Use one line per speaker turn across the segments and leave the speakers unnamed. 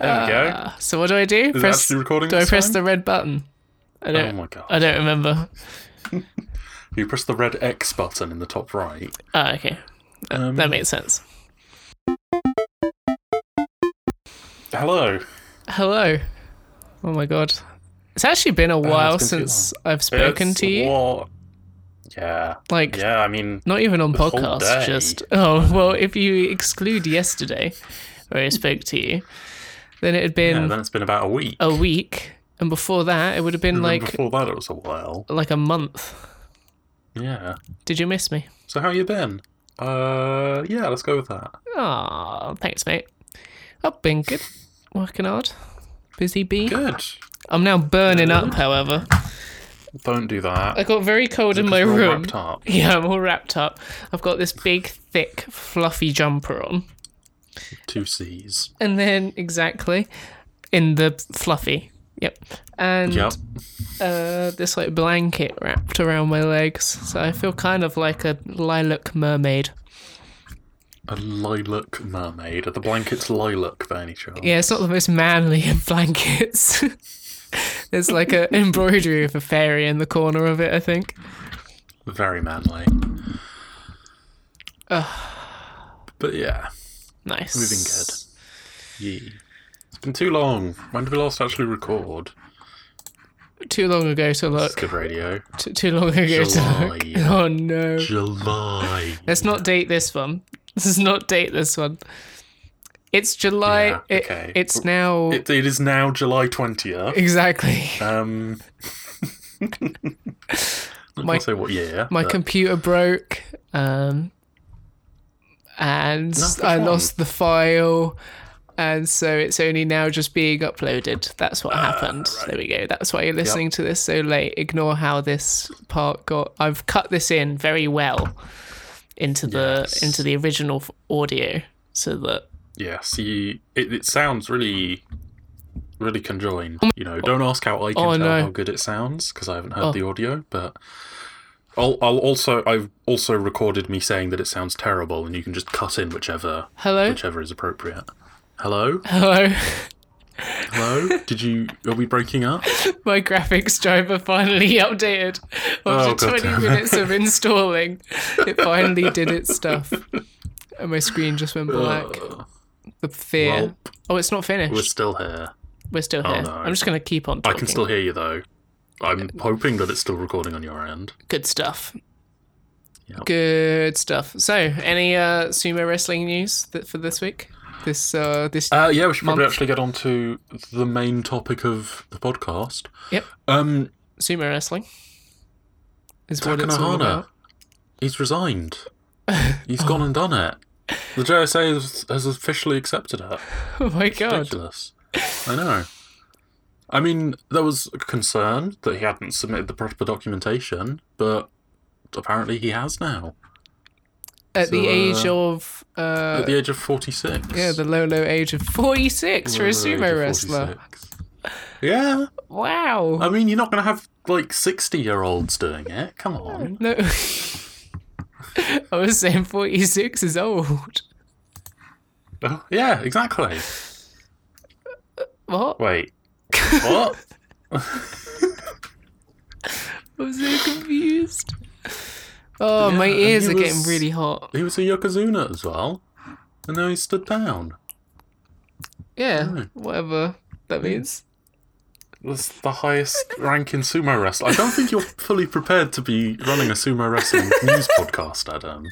There we go.
Ah, so what do I do?
Is it
press,
actually recording
do I
this
press
time?
the red button? I
Oh
don't.
my god.
I don't remember.
You press the red X button in the top right.
Ah, okay,
Um,
that makes sense.
Hello.
Hello. Oh my god, it's actually been a while
Uh, been too
since I've spoken
It's
to you.
what- Yeah.
Like,
Yeah, I mean,
not even on
whole
podcast.
day.
Just oh well, if you exclude yesterday, where I spoke to you, then it had
yeah,
been
then it's been about a week.
a week, and before that, it would have been
And
oh, like
before that, it was a while.
like a month.
Yeah.
Did you miss me?
So how you been? Uh, yeah, let's go with that.
Ah, thanks, mate. I've been good, working hard, busy bee.
Good.
I'm now burning up, however.
Don't do that.
I got very cold in my
Because we're all
room.
wrapped up.
Yeah, I'm all wrapped up. I've got this big, thick, fluffy jumper on.
Two C's.
And then, exactly, in the fluffy. Yep. And
Yep.
uh, this, like, blanket wrapped around my legs. So I feel kind of like a lilac mermaid.
A lilac mermaid. Are the blankets lilac by any chance?
Yeah, it's not the most manly of blankets. There's like an embroidery of a fairy in the corner of it, I think.
Very manly. But yeah,
Nice.
moving good. Yee. It's been too long. When did we last actually record?
Too long ago to
That's
look.
good radio.
T- too long ago to look.
July.
Oh no.
July.
Let's not date this one. Let's not date this one. It's July.
Yeah,
it-
okay.
it's now.
It, it is now July 20th.
exactly.
Um, I'm
My-
not say what year.
My
but
computer broke. Um, and
that's
I
fine.
lost the file. And so it's only now just being uploaded. That's what
Ah,
happened. There we go. That's why you're listening to this so late. Ignore how this part got. I've cut this in very well into the
Yes.
into the original f- audio, so that
yeah, see, it, it sounds really, really conjoined. You know, don't ask how I can
Oh,
tell
no.
how good it sounds because I haven't heard
Oh.
the audio. But I'll, I'll also, I've also recorded me saying that it sounds terrible, and you can just cut in whichever,
hello,
whichever is appropriate. Hello,
hello,
hello. Did you? Are we breaking up?
my graphics driver finally updated
Oh,
after
God
20
damn it.
minutes of installing. It finally did its stuff, and my screen just went
Uh,
black.
Ugh,
The fear.
Well,
oh, it's not finished.
we're
We're,
still here.
still here.
no.
I'm just gonna keep on
I
talking.
can still hear you though. I'm hoping that it's still recording on your end.
Good stuff.
Yep.
Good stuff. So, any uh, sumo wrestling news that for this week? This uh, this
Uh, yeah, we should probably
Month.
actually get on to the main topic of the podcast.
Yep.
Um,
sumo wrestling is what it's all
Takanohana,
about.
he's resigned. He's gone and done it. The JSA has, has officially accepted it.
Oh my god.
Ridiculous. I know. I mean, there was concern that he hadn't submitted the proper documentation, but apparently he has now.
At the
So,
age
uh,
of uh,
At the age of 46.
yeah, the low low age of forty six for a
Around the age
sumo
of
wrestler.
46. Yeah.
Wow.
I mean, you're not going to have like 60 year olds doing it. Come on.
no. I was saying 46 is old.
Oh, Yeah, exactly.
What?
Wait. What?
I was so confused. Oh, my
Yeah, and
ears
he
are getting
was-
really hot.
he was a Yokozuna as well. And now he's stood down.
Yeah,
no.
whatever that means.
That's the highest ranking sumo wrestler. I don't think you're fully prepared to be running a sumo wrestling news podcast, Adam.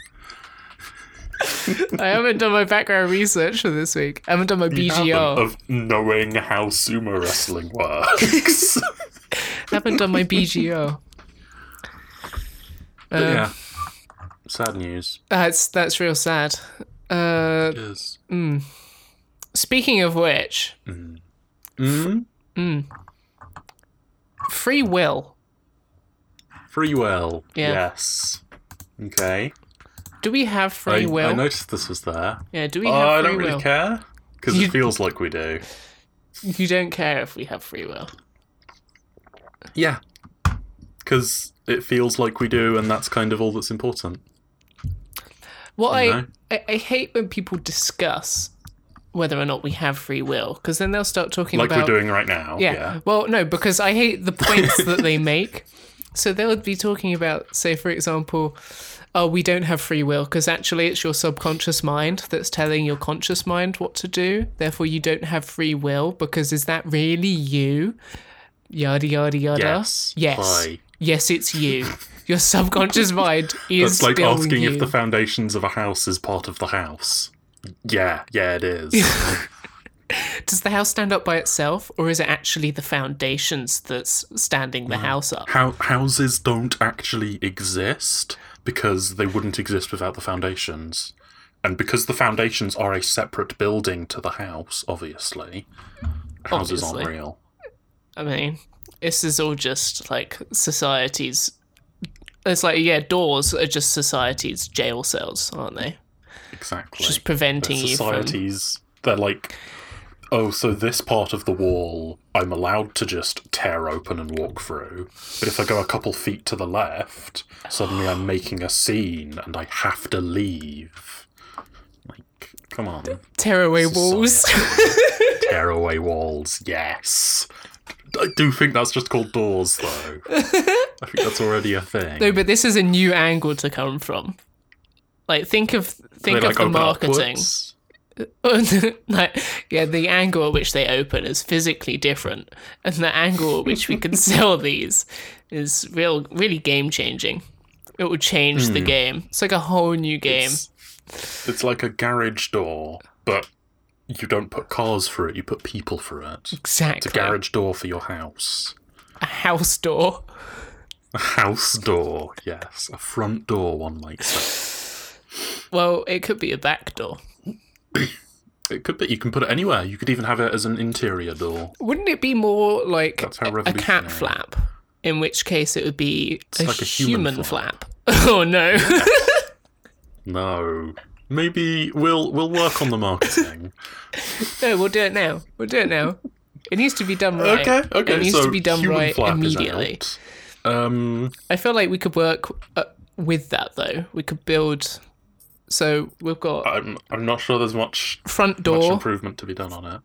I haven't done my background research for this week. I haven't done my
You haven't
BGR.
Of knowing how sumo wrestling works.
haven't done my BGR.
But yeah. Sad news.
Uh, That's that's real sad. Uh,
Yes.
speaking of which,
Mm?
Hmm. free will.
Free will.
Yeah.
Yes. Okay.
Do we have free
I,
will?
I noticed this was there.
Yeah, do we
Oh,
have free
I don't
will?
really care because
You-
it feels like we do.
You don't care if we have free will.
Yeah, because it feels like we do, and that's kind of all that's important.
What I,
No.
I I hate when people discuss whether or not we have free will, because then they'll start talking
like
about
we're doing right now.
yeah.
Yeah.
Well, no, because I hate the points that they make. So they would be talking about, say, for example, oh, we don't have free will because actually it's your subconscious mind that's telling your conscious mind what to do. Therefore, you don't have free will because is that really you? Yada, yada, yada.
Yes.
Yes.
Why?
Yes, it's you. Your subconscious mind is
That's like
still
asking
you.
if the foundations of a house is part of the house. Yeah, yeah, it is.
Does the house stand up by itself, or is it actually the foundations that's standing
Mm.
the house up?
How houses don't actually exist because they wouldn't exist without the foundations. And because the foundations are a separate building to the house, obviously, houses aren't
Obviously.
real.
I mean, this is all just like society's. It's like yeah, doors are just society's jail cells, aren't they?
Exactly.
Just preventing you from.
societies they're like oh so this part of the wall i'm allowed to just tear open and walk through but if i go a couple feet to the left suddenly i'm making a scene and i have to leave like come on
Tear away walls.
tear away walls yes i do think that's just called doors though i think that's already a thing
no, but this is a new angle to come from. Like think of think
They,
of the
open
marketing.
upwards.
like yeah, the angle at which they open is physically different, and the angle at which we can sell these is real, really game changing. It will change the
Hmm.
game. It's like a whole new game.
It's, it's like a garage door, but you don't put cars through it, you put people through it.
exactly.
Garage door for your house.
a house door.
A house door, yes. A front door, one might say.
Well, it could be a back door.
It could be, you can put it anywhere. You could even have it as an interior door.
Wouldn't it be more like
That's how
a- a
revolutionary.
cat flap? In which case, it would be a,
like a
human,
human
flap. oh no!
No. Maybe we'll we'll work on the marketing.
no, we'll do it now. We'll do it now. It needs to be done right.
okay, okay.
It needs
so
to be done
human
right
flap is
immediately.
out. Um,
I feel like we could work uh, with that though. We could build. So we've got
I'm I'm not sure there's much
front
Uh, much
door
improvement to be done on it.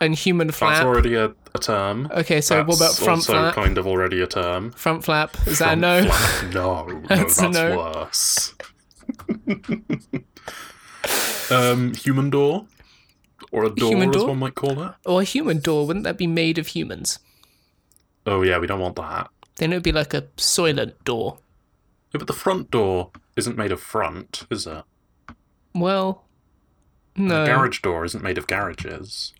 and human
That's
flap.
already a, a term.
Okay, so what about
That's
front
also
flap?
kind of already a term.
Front flap. Is that a
Front
no?
flap. No, no,
That's
that's,
a no.
worse. um, human door, or a door,
Human
as
door?
one might call it.
Or a human door? Wouldn't that be made of humans?
Oh yeah, we don't want that.
Then it would be like a soylent door.
Yeah, but the front door isn't made of front, is it?
Well,
The
no.
garage door isn't made of garages.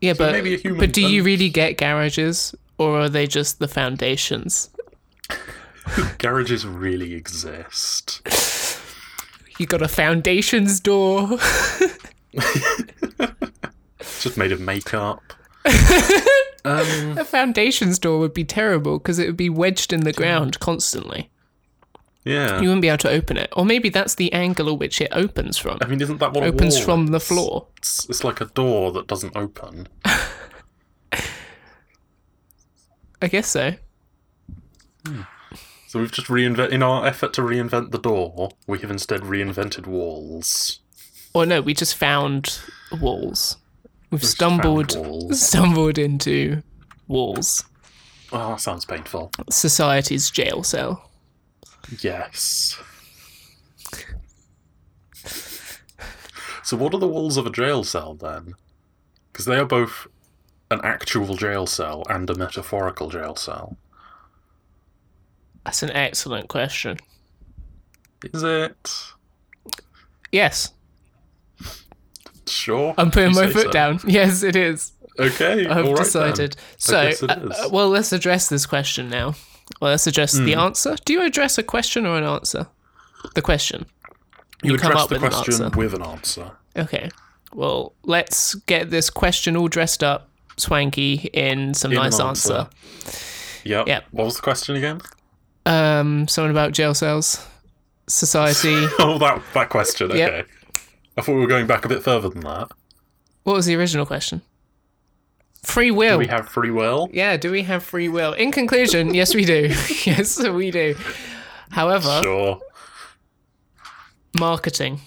yeah, but
maybe a human
but do you
then.
really get garages, or are they just the foundations?
Garages really exist.
You got a foundations door.
It's just made of makeup. um,
a foundations door would be terrible because it would be wedged in the ground constantly.
yeah.
You wouldn't be able to open it, or maybe that's the angle at which it opens from.
I mean, isn't that what a
opens
wall
from the
is?
floor.
It's, it's like a door that doesn't open.
I guess so.
So we've just reinvent in our effort to reinvent the door, we have instead reinvented walls.
Or no, we just found walls. We've
Just found
stumbled
walls.
stumbled into walls.
Oh, that sounds painful.
Society's jail cell.
Yes. So what are the walls of a jail cell then? Because they are both an actual jail cell and a metaphorical jail cell.
That's an excellent question.
Is it?
Yes,
Sure.
I'm putting
you
my
say
foot
so.
down. Yes, it is.
Okay.
I've
all right then.
decided.
I
So,
guess it
uh,
is.
uh, well, let's address this question now. Well, let's address
Hmm.
the answer. Do you address a question or an answer? The question.
you
come
address
up
the
with an
question
answer.
with an answer.
Okay. Well, let's get this question all dressed up, swanky, in some
In an
nice answer.
answer. Yep.
Yep.
What was the question again?
Um, something about jail cells, society.
Oh, that that question. Okay.
Yep.
I thought we were going back a bit further than that.
what was the original question? Free will.
Do we have free will?
yeah. Do we have free will? In conclusion, yes, we do. yes, we do. However,
Sure.
marketing.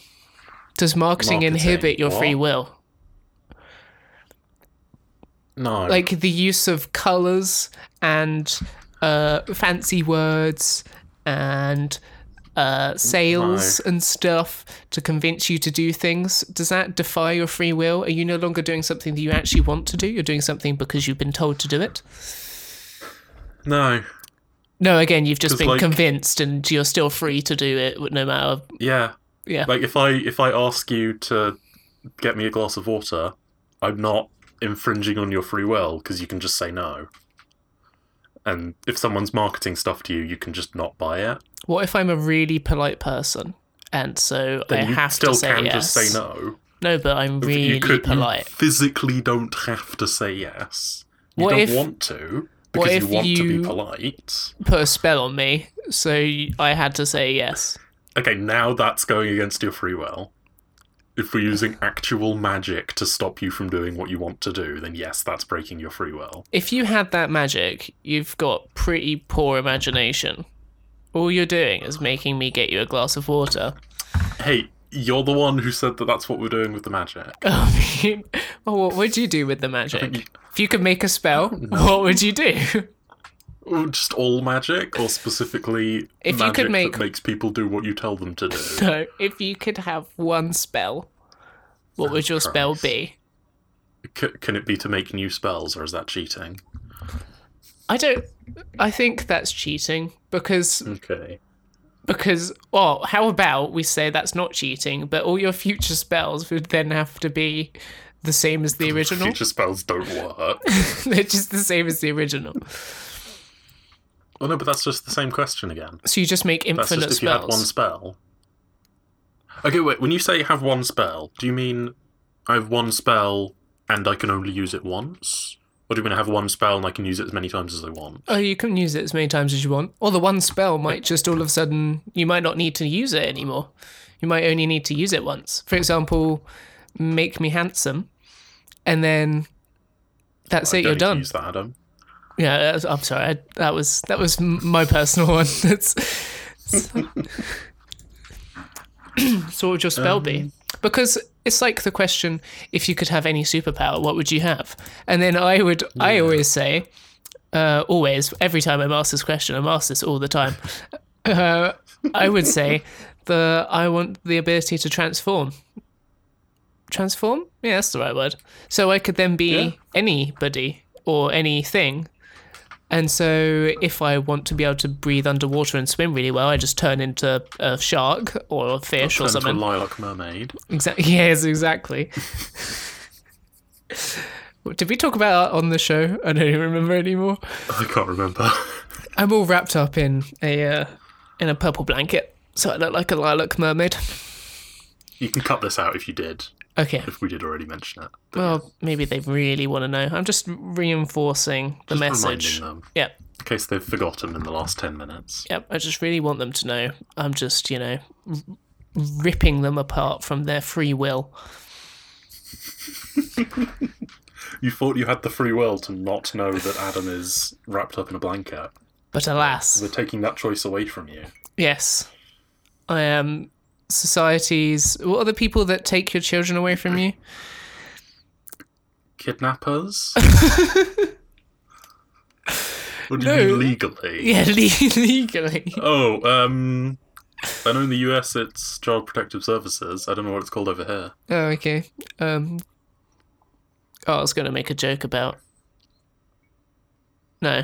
Does marketing,
Marketing,
inhibit your
what?
free will?
No.
like the use of colors and uh, fancy words and uh, sales and stuff to convince you to do things. Does that defy your free will? Are you no longer doing something that you actually want to do? You're doing something because you've been told to do it?
no.
No, again, you've just
'Cause,
been
like-
convinced and you're still free to do it no matter.
Yeah.
Yeah.
Like if I if I ask you to get me a glass of water, I'm not infringing on your free will because you can just say no. And if someone's marketing stuff to you, you can just not buy it.
what if I'm a really polite person? And so
Then
I
you
have
still
to say
can
yes.
just say no.
No, but I'm
But
really
you could you
polite.
physically don't have to say yes. You
What
don't
if-
want to
what
because you
if
want to
you-
be polite.
put a spell on me, so y- I had to say yes.
Okay, now that's going against your free will. If we're using actual magic to stop you from doing what you want to do, then yes, that's breaking your free will.
If you had that magic, you've got pretty poor imagination. All you're doing is making me get you a glass of water.
Hey, you're the one who said that that's what we're doing with the magic.
I mean, Oh, well, what would you do with the magic? If you could make a spell, what would you do?
Or oh, Just all magic, or specifically
If you
magic
could make-
that makes people do what you tell them to do.
No, if you could have one spell, what would your spell be?
C- can it be to make new spells, or is that cheating?
I don't. I think that's cheating because
Okay.
Because, well, how about we say that's not cheating, but all your future spells would then have to be the same as the original?
Future spells don't work.
They're just the same as the original.
oh no, but that's just the same question again.
So you just make
That's
infinite
just if you had one
spells.
spell. Okay, wait. When you say have one spell, do you mean I have one spell and I can only use it once, or do you mean I have one spell and I can use it as many times as I want?
Oh, you can use it as many times as you want. Or the one spell might just all of a sudden, you might not need to use it anymore. You might only need to use it once. For example, make me handsome, and then that's
I
it,
don't
you're
need to
done.
Use that, Adam.
Yeah, that's- I'm sorry. I, that was that was m- my personal one. That's so, so what would your spell be? Because it's like the question: if you could have any superpower, what would you have? And then I would. I always say, uh, always every time I'm asked this question, I'm asked this all the time. Uh, I would say the I want the ability to transform. Transform? Yeah, that's the right word. So I could then be
Yeah.
anybody or anything. And so if I want to be able to breathe underwater and swim really well, I just turn into a shark or a fish or
Turn to a
something.
lilac mermaid.
Exactly. Yes, exactly. What Did we talk about that on the show? I don't even remember anymore.
I can't remember.
I'm all wrapped up in a uh, in a purple blanket, so I look like a lilac mermaid.
you can cut this out if you did,
Okay.
if we did already mention it. But
Well, maybe they really want to know. I'm just reinforcing the message.
Reminding them,
Yep.
in case they've forgotten in the last ten minutes.
Yep. I just really want them to know. I'm just, you know, r- ripping them apart from their free will.
You thought you had the free will to not know that Adam is wrapped up in a blanket.
But alas.
We're taking that choice away from you.
Yes. I am society's. What are the people that take your children away from you?
kidnappers? or do
No.
you mean legally?
Yeah, le- legally.
Oh, um, I know in the US it's Child Protective Services. I don't know what it's called over here.
Oh, okay. Um. Oh, I was going to make a joke about. No.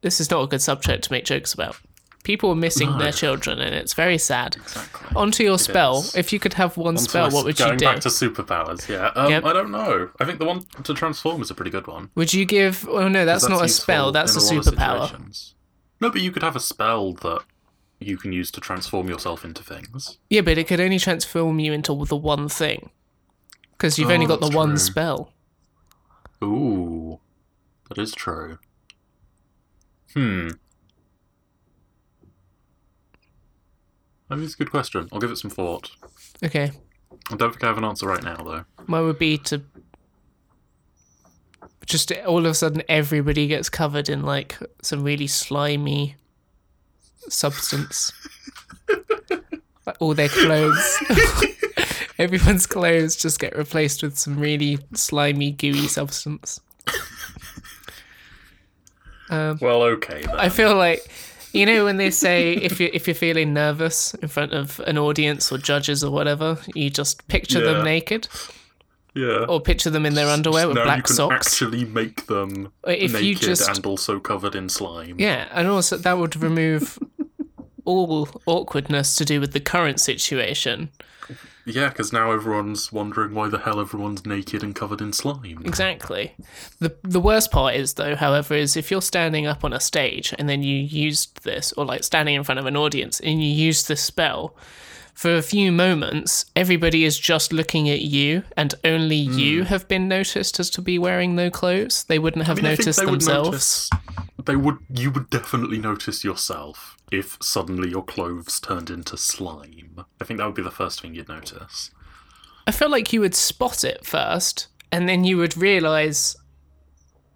This is not a good subject to make jokes about. People are missing their children, and it's very sad.
Exactly.
Onto your spell.
is.
If you could have one spell, what would you
Going
do?
back to superpowers, yeah. Um,
Yep.
I don't know. I think the one to transform is a pretty good one.
Would you give? Oh no, that's, not a spell. That's a
useful in lot of
superpower.
situations. No, but you could have a spell that you can use to transform yourself into things.
Yeah, but it could only transform you into the one thing. Because you've only
Oh,
got the
that's
one
true.
spell.
Ooh, that is true. Hmm. I think it's a good question. I'll give it some thought.
Okay.
I don't think I have an answer right now, though.
Mine would be to just all of a sudden everybody gets covered in like some really slimy substance. like all their clothes. Everyone's clothes just get replaced with some really slimy, gooey substance. Um,
well, okay. Then.
I feel like you know when they say if you if you're feeling nervous in front of an audience or judges or whatever, you just picture
Yeah.
them naked
Yeah.
or picture them in their Oh, underwear with
now you
black
can
socks.
actually make them
If
naked
you just-
and also covered in slime.
Yeah, and also that would remove all awkwardness to do with the current situation.
Yeah, because now everyone's wondering why the hell everyone's naked and covered in slime.
Exactly. The the worst part is though, however, is if you're standing up on a stage and then you used this or like standing in front of an audience and you used this spell for a few moments, everybody is just looking at you and only
Hmm.
you have been noticed as to be wearing no clothes. They wouldn't have
I mean, I think
noticed
they would
themselves.
notice- they would. You would definitely notice yourself if suddenly your clothes turned into slime. I think that would be the first thing you'd notice.
I feel like you would spot it first, and then you would realize,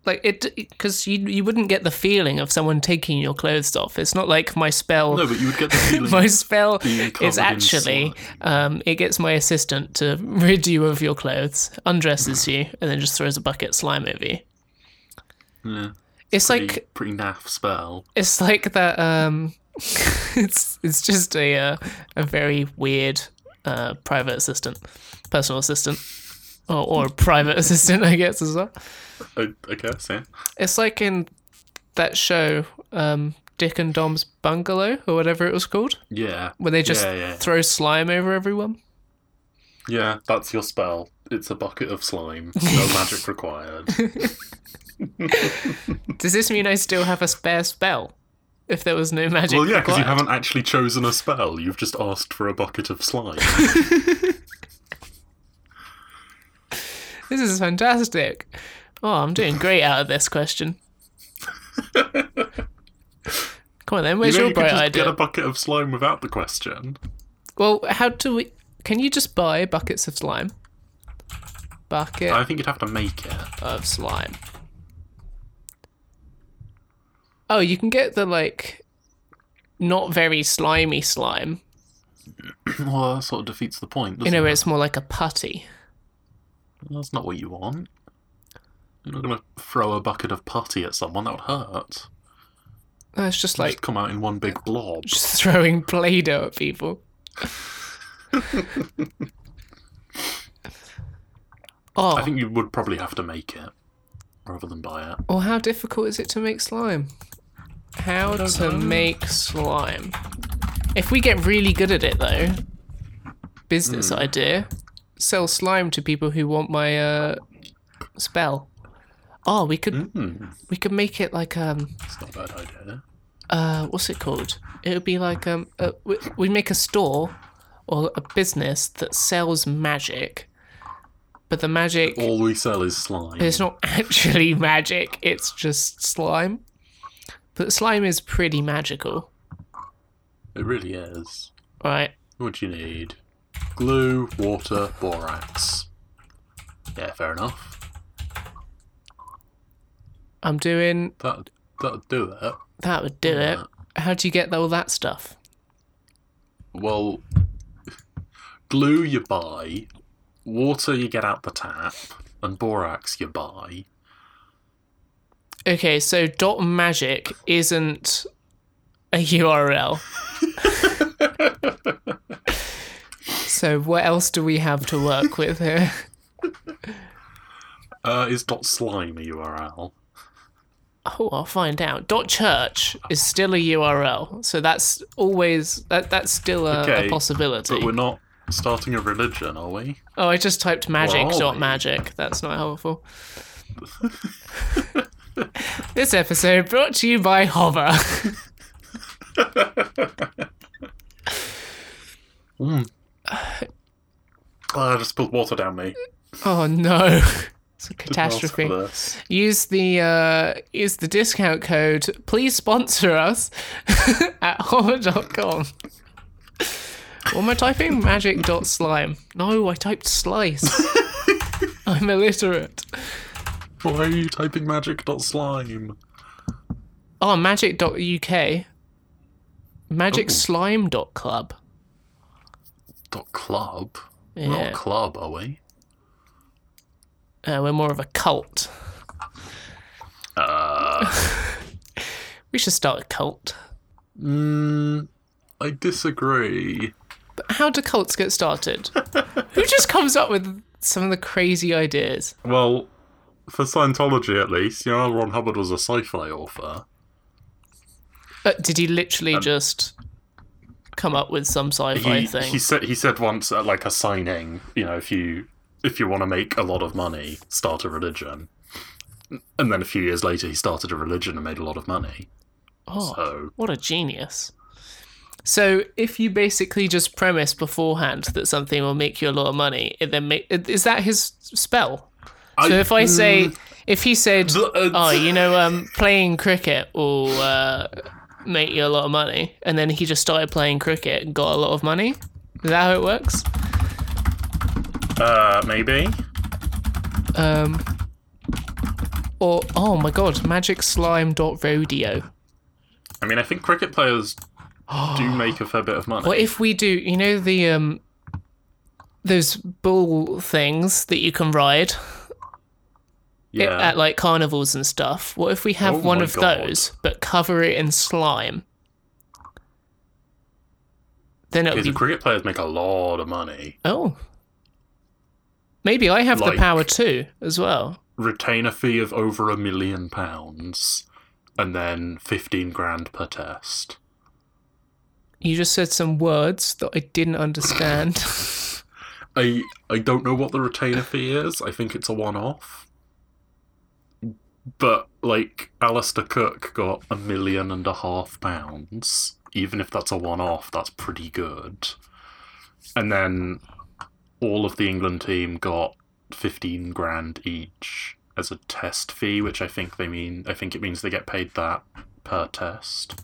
like it, because you you wouldn't get the feeling of someone taking your clothes off. It's not like my spell.
No, but you would get the feeling.
my spell
being covered
is
in
actually um, it gets my assistant to rid you of your clothes, undresses
Mm.
you, and then just throws a bucket of slime over you.
Yeah,
It's
pretty,
like
pretty naff spell.
it's like that. Um, it's it's just a uh, a very weird uh, private assistant, personal assistant, or, or private assistant, I guess as well.
I, I guess. Yeah.
It's like in that show, um, Dick and Dom's Bungalow or whatever it was called,
Yeah.
where they just
Yeah, yeah.
throw slime over everyone.
Yeah, that's your spell. It's a bucket of slime. No magic required.
Does this mean I still have a spare spell? If there was no magic
Well, yeah, because you
required?
haven't actually chosen a spell. You've just asked for a bucket of slime.
This is fantastic. Oh, I'm doing great out of this question. Come on then, where's
you
your
know, you could
bright
just get
idea?
a bucket of slime without the question.
Well, how do we? Can you just buy buckets of slime? Bucket
I think you'd have to make it.
of slime. Oh, you can get the like, not very slimy slime.
Well, that sort of defeats the point.
You
Doesn't
know,
it?
where it's more like a putty.
That's not what you want. You're not going to throw a bucket of putty at someone. That would hurt.
No, It's just
Like,
like
come out in one big blob.
just throwing Play-Doh at people. oh,
I think you would probably have to make it rather than buy it.
or how difficult is it to make slime? How to make slime. If we get really good at it, though, business idea: sell slime to people who want my uh, spell. Oh, we could we could make it like um
It's not a bad idea.
uh, what's it called? It would be like um, uh, we, we make a store or a business that sells magic, but the magic
All we sell is slime.
it's not actually magic. It's just slime. But slime is pretty magical,
It really is.
right?
What do you need? Glue, water, borax. Yeah, fair enough.
I'm doing
That that'll do it.
that would do it. How do you get all that stuff?
Well, glue you buy, water you get out the tap, and borax you buy.
Okay, so dot magic isn't a URL. so what else do we have to work with here?
Uh, is dot slime a URL?
Oh, I'll find out. Dot church is still a URL, so that's always that that's still a,
Okay,
a possibility.
But we're not starting a religion, are we?
Oh, I just typed magic
Well,
dot magic. That's not helpful. this episode brought to you by Hover.
Ah, I just spilled water down me.
oh no. It's a
Ask for
catastrophe.
this.
Use the uh, use the discount code. Please sponsor us at hover.com. What am I typing? Magic dot slime. No, I typed slice. I'm illiterate.
Why are you typing magic dot slime?
Oh, magic.uk. Magic slime dot club.
Dot club. We're
Yeah.
Not a club, are we?
Uh, we're more of a cult. We should start a cult.
Mm, I disagree.
But how do cults get started? Who just comes up with some of the crazy ideas?
Well, for Scientology at least, you know, Ron Hubbard was a sci-fi author.
Uh, did he literally just come up with some sci-fi
Um, He,
thing?
he said he said once at like a signing, you know, if you if you want to make a lot of money, start a religion. And then a few years later, he started a religion and made a lot of money.
Oh,
So
what a genius! So, if you basically just premise beforehand that something will make you a lot of money, it then make, is that his spell? So if I say, if he said,
mm, The- uh,
"Oh, you know, um, playing cricket will uh, make you a lot of money," and then he just started playing cricket and got a lot of money, is that how it works?
uh, maybe
Um, or oh my god, magic slime dot rodeo.
I mean, I think cricket players do make a fair bit of money.
What if we do? You know the um, those bull things that you can ride i-
yeah,
at like carnivals and stuff. What if we have
Oh
one
my
of
God.
those but cover it in slime? Then it would
because
be
cricket players make a lot of money.
oh. Maybe I have
Like-
the power too, as well.
Retain a fee of over a million pounds, and then fifteen grand per test.
You just said some words that I didn't understand.
I I don't know what the retainer fee is. I think it's a one-off. But like Alistair Cook got a million and a half pounds. Even if that's a one-off, that's pretty good. And then all of the England team got fifteen grand each as a test fee, which I think they mean. I think it means they get paid that per test.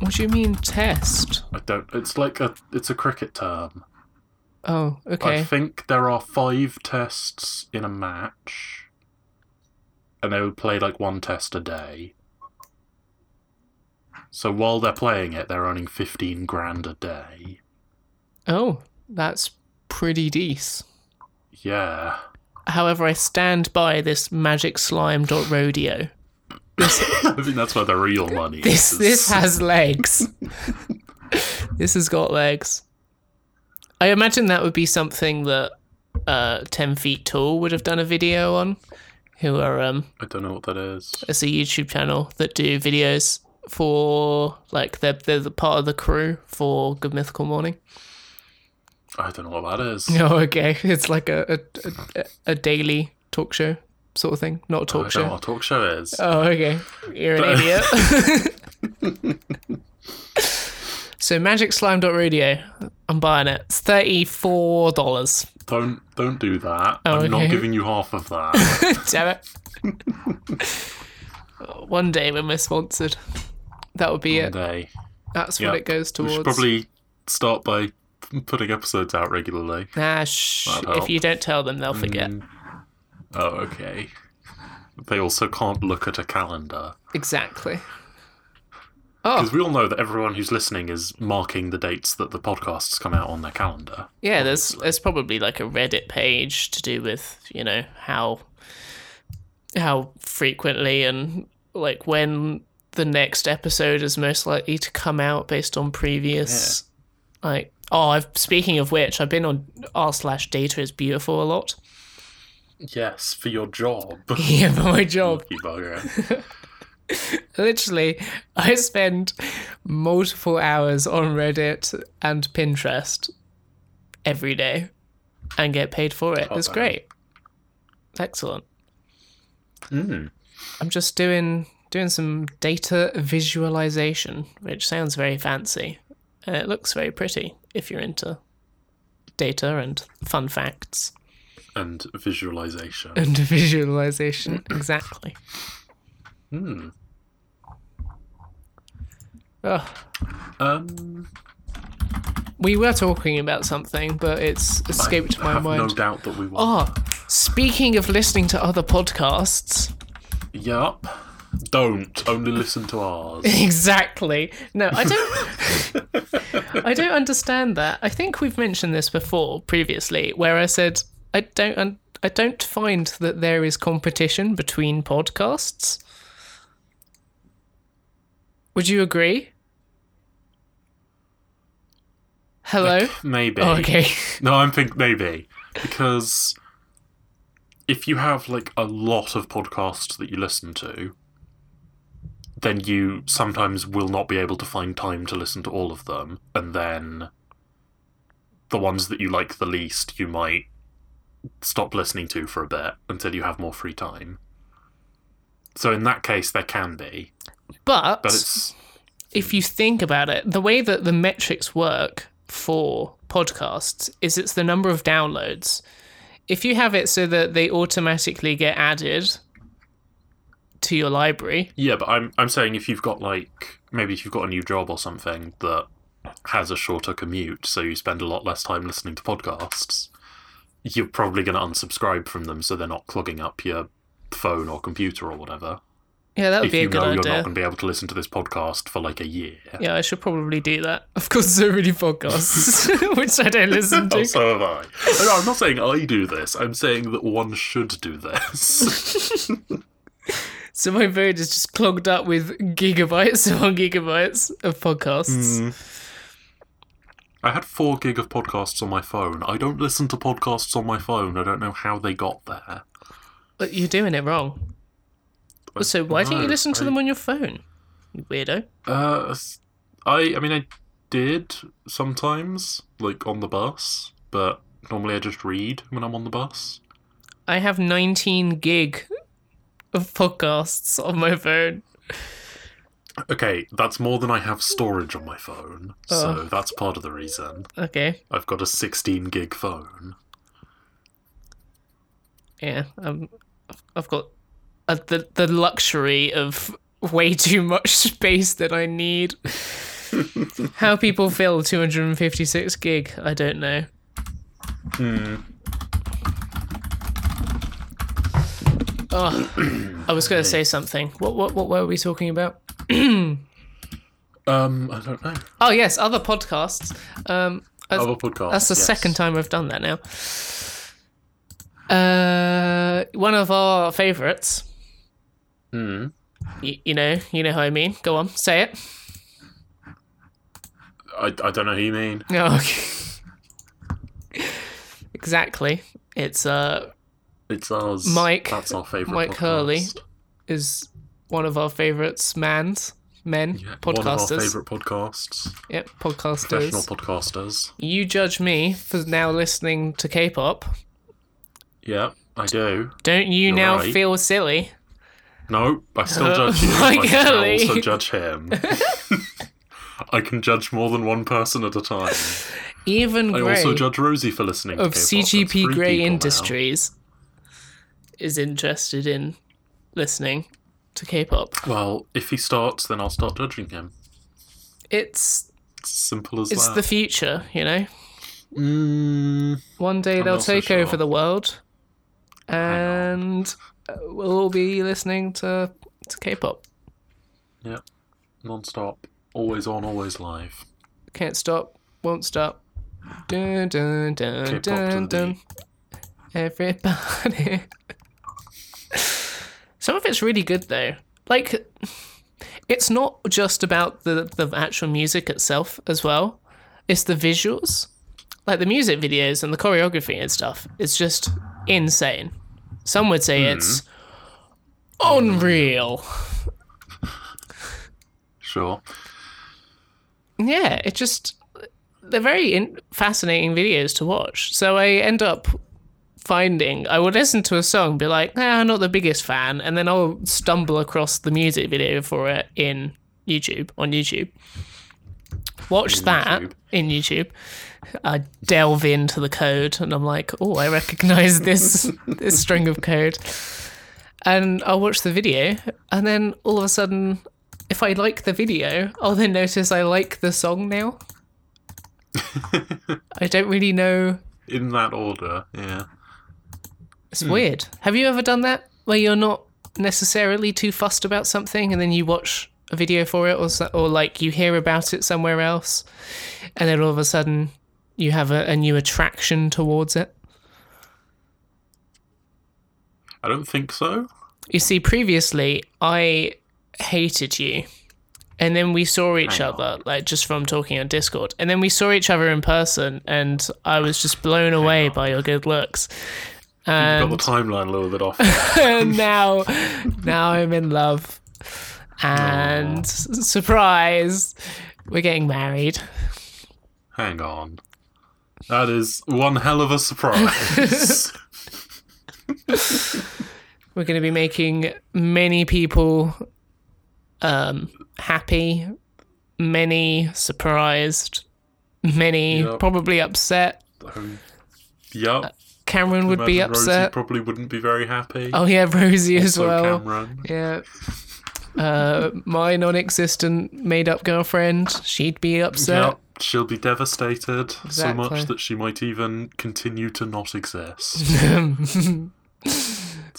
what do you mean test?
I don't. It's like a. It's a cricket term.
Oh,
I
okay.
think there are five tests in a match, and they would play like one test a day. So while they're playing it, they're earning fifteen grand a day.
Oh, that's pretty decent.
Yeah,
However, I stand by this magic slime dot rodeo.
I think that's where the real money
This
is.
this has legs. this has got legs. I imagine that would be something that uh, ten feet tall would have done a video on, who are um,
I don't know what that is.
it's a YouTube channel that do videos for like they're they're the part of the crew for Good Mythical Morning.
I don't know what that is.
Oh, okay, it's like a a, a, a daily talk show sort of thing, not a
I
talk
don't
show.
know what a talk show is.
Oh, okay. You're an idiot. so Magic Slime Radio, I'm buying it. It's thirty-four dollars.
Don't don't do that.
Oh,
I'm not
okay.
giving you half of that.
Damn it. One day when we're sponsored. That would be it.
Day.
That's
Yeah.
what it goes
We
towards.
should probably start by putting episodes out regularly.
Nah, shh.
That'd
If
help. Mm.
you don't tell them, they'll forget.
Oh, okay. They also can't look at a calendar.
Exactly.
Because we all know that everyone who's listening is marking the dates that the podcasts come out on their calendar.
Yeah, there's there's probably like a Reddit page to do with you know how how frequently and like when the next episode is most likely to come out based on previous like oh I've speaking of which I've been on r slash data is beautiful a lot
Yes, for your job.
yeah for my job
you bugger.
literally I spend multiple hours on Reddit and Pinterest every day and get paid for it it's
damn.
great excellent.
Mm.
I'm just doing doing some data visualization, which sounds very fancy, and it looks very pretty if you're into data and fun facts
And visualization.
and visualization. exactly.
Mm.
Ugh.
Um,
we were talking about something, but it's escaped
I
my
have
mind.
no doubt that we will.
oh, speaking of listening to other podcasts, Ah.
Yup. Don't. Only listen to ours.
Exactly. No, I don't. I don't understand that. I think we've mentioned this before previously, where I said I don't. Un- I don't find that there is competition between podcasts. Would you agree? Hello?
Maybe.
Oh, okay.
No, I'm think maybe because if you have like a lot of podcasts that you listen to, then you sometimes will not be able to find time to listen to all of them, and then the ones that you like the least, you might stop listening to for a bit until you have more free time. So in that case, there can be,
But,
but it's
if you think about it, the way that the metrics work for podcasts is it's the number of downloads. If you have it so that they automatically get added to your library,
Yeah, but I'm I'm saying if you've got like maybe if you've got a new job or something that has a shorter commute, so you spend a lot less time listening to podcasts, you're probably going to unsubscribe from them, so they're not clogging up your phone or computer or whatever.
yeah, that would
if
be a
you
good
know you're
idea.
not going to be able to listen to this podcast for like a year,
Yeah, I should probably do that. Of course, so many podcasts, which I don't listen
oh,
to.
so have I. Oh, No, I'm not saying I do this. I'm saying that one should do this.
So my phone is just clogged up with gigabytes upon gigabytes of
Mm.
podcasts.
Mm-hmm. I had four gig of podcasts on my phone. I don't listen to podcasts on my phone. I don't know how they got there.
But you're doing it wrong.
But
So why don't you
no,
listen to
I-
them on your phone? You weirdo.
Uh, s- I I mean I did sometimes, like on the bus, but normally I just read when I'm on the bus.
I have 19 gig of podcasts on my phone.
Okay, that's more than I have storage on my phone, so that's part of the reason.
Okay.
I've got a 16 gig phone.
Yeah. Um, I've- I've got uh, the, the luxury of way too much space that I need. How people fill 256 gig, I don't know. Oh, I was going to say something. What, what, what were we talking about?
Um, I don't know.
Oh, yes, other podcasts. Um, I was-
Other podcast.
That's the second time I've done that now. Uh, one of our favourites.
Mm.
Y- you know, you know how I mean. Go on, say it.
I, I don't know who you mean.
Oh, okay. exactly. It's uh
It's ours.
Mike-
That's our favorite.
Mike
podcast.
Hurley. is one of our favourites. Man's men
Yeah, One of our
podcasters.
favorite podcasts.
Yep,
Professional
podcasters.
podcasters.
you judge me for now listening to K-pop.
Yeah, I do.
Don't you
You're
now
right.
feel silly?
No, I still
Uh,
judge you.
my
I can
golly.
also judge him. I can judge more than one person at a time.
Even
I
Gray
also judge Rosie for listening
of
to K-pop. That's
CGP
three
Grey
people now.
Industries is interested in listening to K-pop.
Well, if he starts, then I'll start judging him.
It's
It's simple as
it's
that.
the future, you know.
Mm,
One day they'll
not so
take
sure.
over the world,
on.
and uh, we'll all be listening to to K-pop.
yeah, non-stop, always on, always live.
Can't stop, won't stop. Dun dun dun
K-pop to
dun
the
dun.
beat.
Everybody. Some of it's really good though. Like it's not just about the the actual music itself as well. It's the visuals. Like the music videos and the choreography and stuff. It's just insane. Some would say
Hmm.
it's unreal.
Sure.
yeah, it just they're very in- fascinating videos to watch. So I end up finding I will listen to a song, be like, nah, I'm not the biggest fan, and then I'll stumble across the music video for it in YouTube on YouTube. Watch that
YouTube.
in YouTube. I delve into the code and I'm like, oh, I recognize this this string of code. And I'll watch the video and then all of a sudden if I like the video, I'll then notice I like the song now. I don't really know.
In that order, yeah.
It's weird. Have you ever done that where you're not necessarily too fussed about something and then you watch a video for it or so, or like you hear about it somewhere else and then all of a sudden you have a, a new attraction towards it?
I don't think so.
You see, previously I hated you and then we saw each
Hang
other like just from talking on discord and then we saw each other in person and i was just blown away by your good looks
You've
and
got the timeline a little bit off.
now now i'm in love and s- surprise we're getting married
Hang on. That is one hell of a surprise.
we're going to be making many people um happy many surprised many
Yep.
probably upset
um, yep.
cameron would Uh, be
Imagine Rosie
upset
probably wouldn't be very happy.
oh yeah rosie as
so
well
Cameron.
Yeah. Uh, my non-existent made-up girlfriend, she'd be upset.
Yep. She'll be devastated so
Exactly.
much that she might even continue to not exist. That's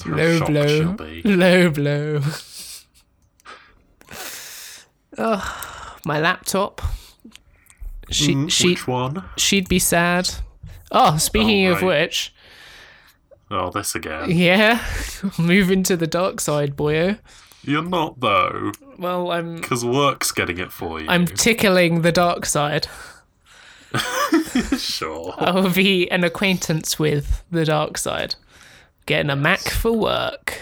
how
Low
shocked
blow.
she'll be.
Low blow. oh, my laptop. She
Mm,
she
Which one?
she'd be sad. Oh, speaking
Oh,
of
right.
which,
Oh, this again.
yeah, moving to the dark side, boyo.
You're not though,
Well, I'm
because work's getting it for you.
I'm tickling the dark side.
sure.
I will be an acquaintance with the dark side. Getting a Mac for work.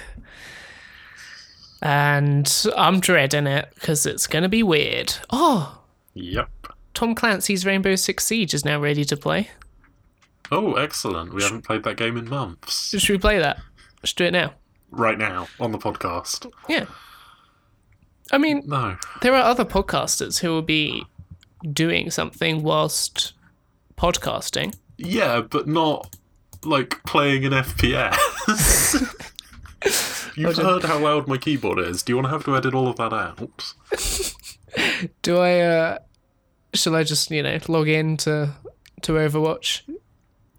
And I'm dreading it because it's going to be weird. Oh,
Yep.
Tom Clancy's Rainbow Six Siege is now ready to play.
Oh, excellent. We haven't played that game in months.
Should we play that? Let's do it now.
Right now on the podcast.
Yeah. I mean,
No.
there are other podcasters who will be doing something whilst podcasting.
Yeah, but not like playing an FPS. You've heard how loud my keyboard is. Do you want to have to edit all of that out?
Do I? uh Shall I just you know log in to to Overwatch?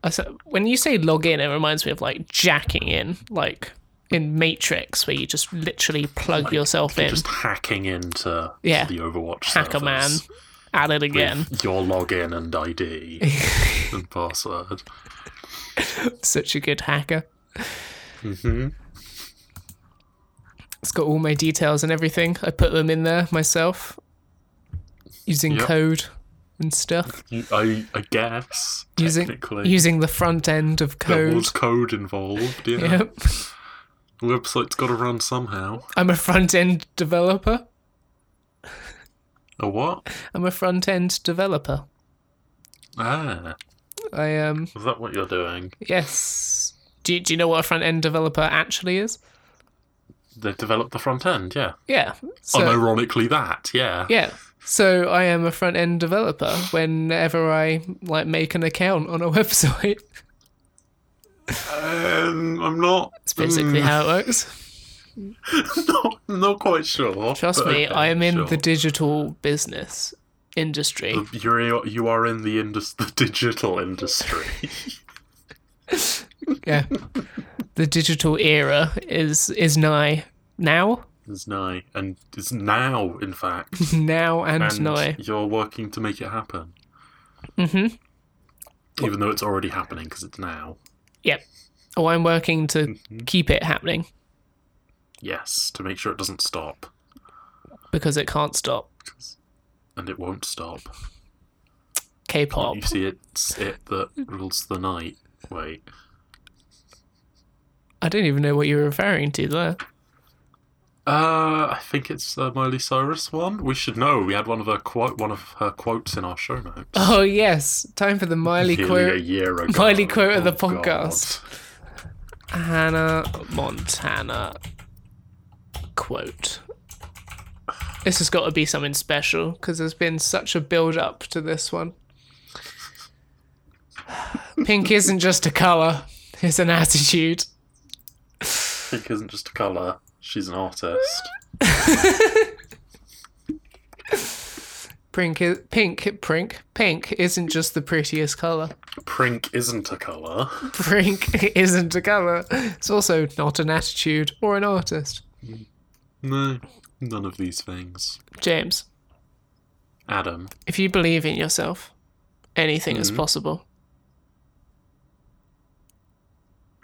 I s- when you say log in, it reminds me of like jacking in, like in Matrix, where you just literally plug yourself in,
Just hacking into
Yeah.
the Overwatch
hacker man,
servers
at it again.
with Your login and ID and password.
Such a good hacker.
hmm
It's got all my details and everything. I put them in there myself using
Yep.
code and stuff.
I, I guess
Using
technically
using the front end of
there
code.
was code involved. Yeah,
Yep.
website's got to run somehow.
I'm a front end developer.
A what?
I'm a front end developer.
Ah,
I um
is that what you're doing?
yes. Do you, do you know what a front end developer actually is?
They developed the front end. Yeah.
Yeah. So
Unironically, that. Yeah.
yeah. So I am a front end developer whenever I like make an account on a website.
Um, I'm not.
That's basically how it
Mm.
works.
not, not quite sure.
Trust
but
me,
okay,
I am in
sure. Mm.
the digital business industry.
You're you are in the indus- the digital industry.
Yeah. the digital era is is nigh now,
it's nigh and it's now, in fact,
now and,
and
nigh.
you're working to make it happen.
Mhm.
Even though it's already happening because it's now.
Yep. Oh, I'm working to
Mm-hmm.
keep it happening
Yes, to make sure it doesn't stop,
because it can't stop.
and it won't stop.
K-pop.
You see, it's it that rules the night. Wait,
I don't even know what you're referring to there.
uh, I think it's the Miley Cyrus one. We should know. We had one of her quote, one of her quotes in our show notes.
Oh yes, time for the Miley
Nearly a
quote.
year ago.
Miley quote of the
Oh, God.
podcast. Hannah Montana quote. This has got to be something special because there's been such a build up to this one. Pink isn't just a color; it's an attitude.
Pink isn't just a colour. She's an artist.
Pink, i- pink, pink, pink isn't just the prettiest color.
Prink isn't a colour.
Pink isn't a color; it's also not an attitude or an artist.
No, none of these things.
James,
Adam,
if you believe in yourself, anything is
Mhm.
possible.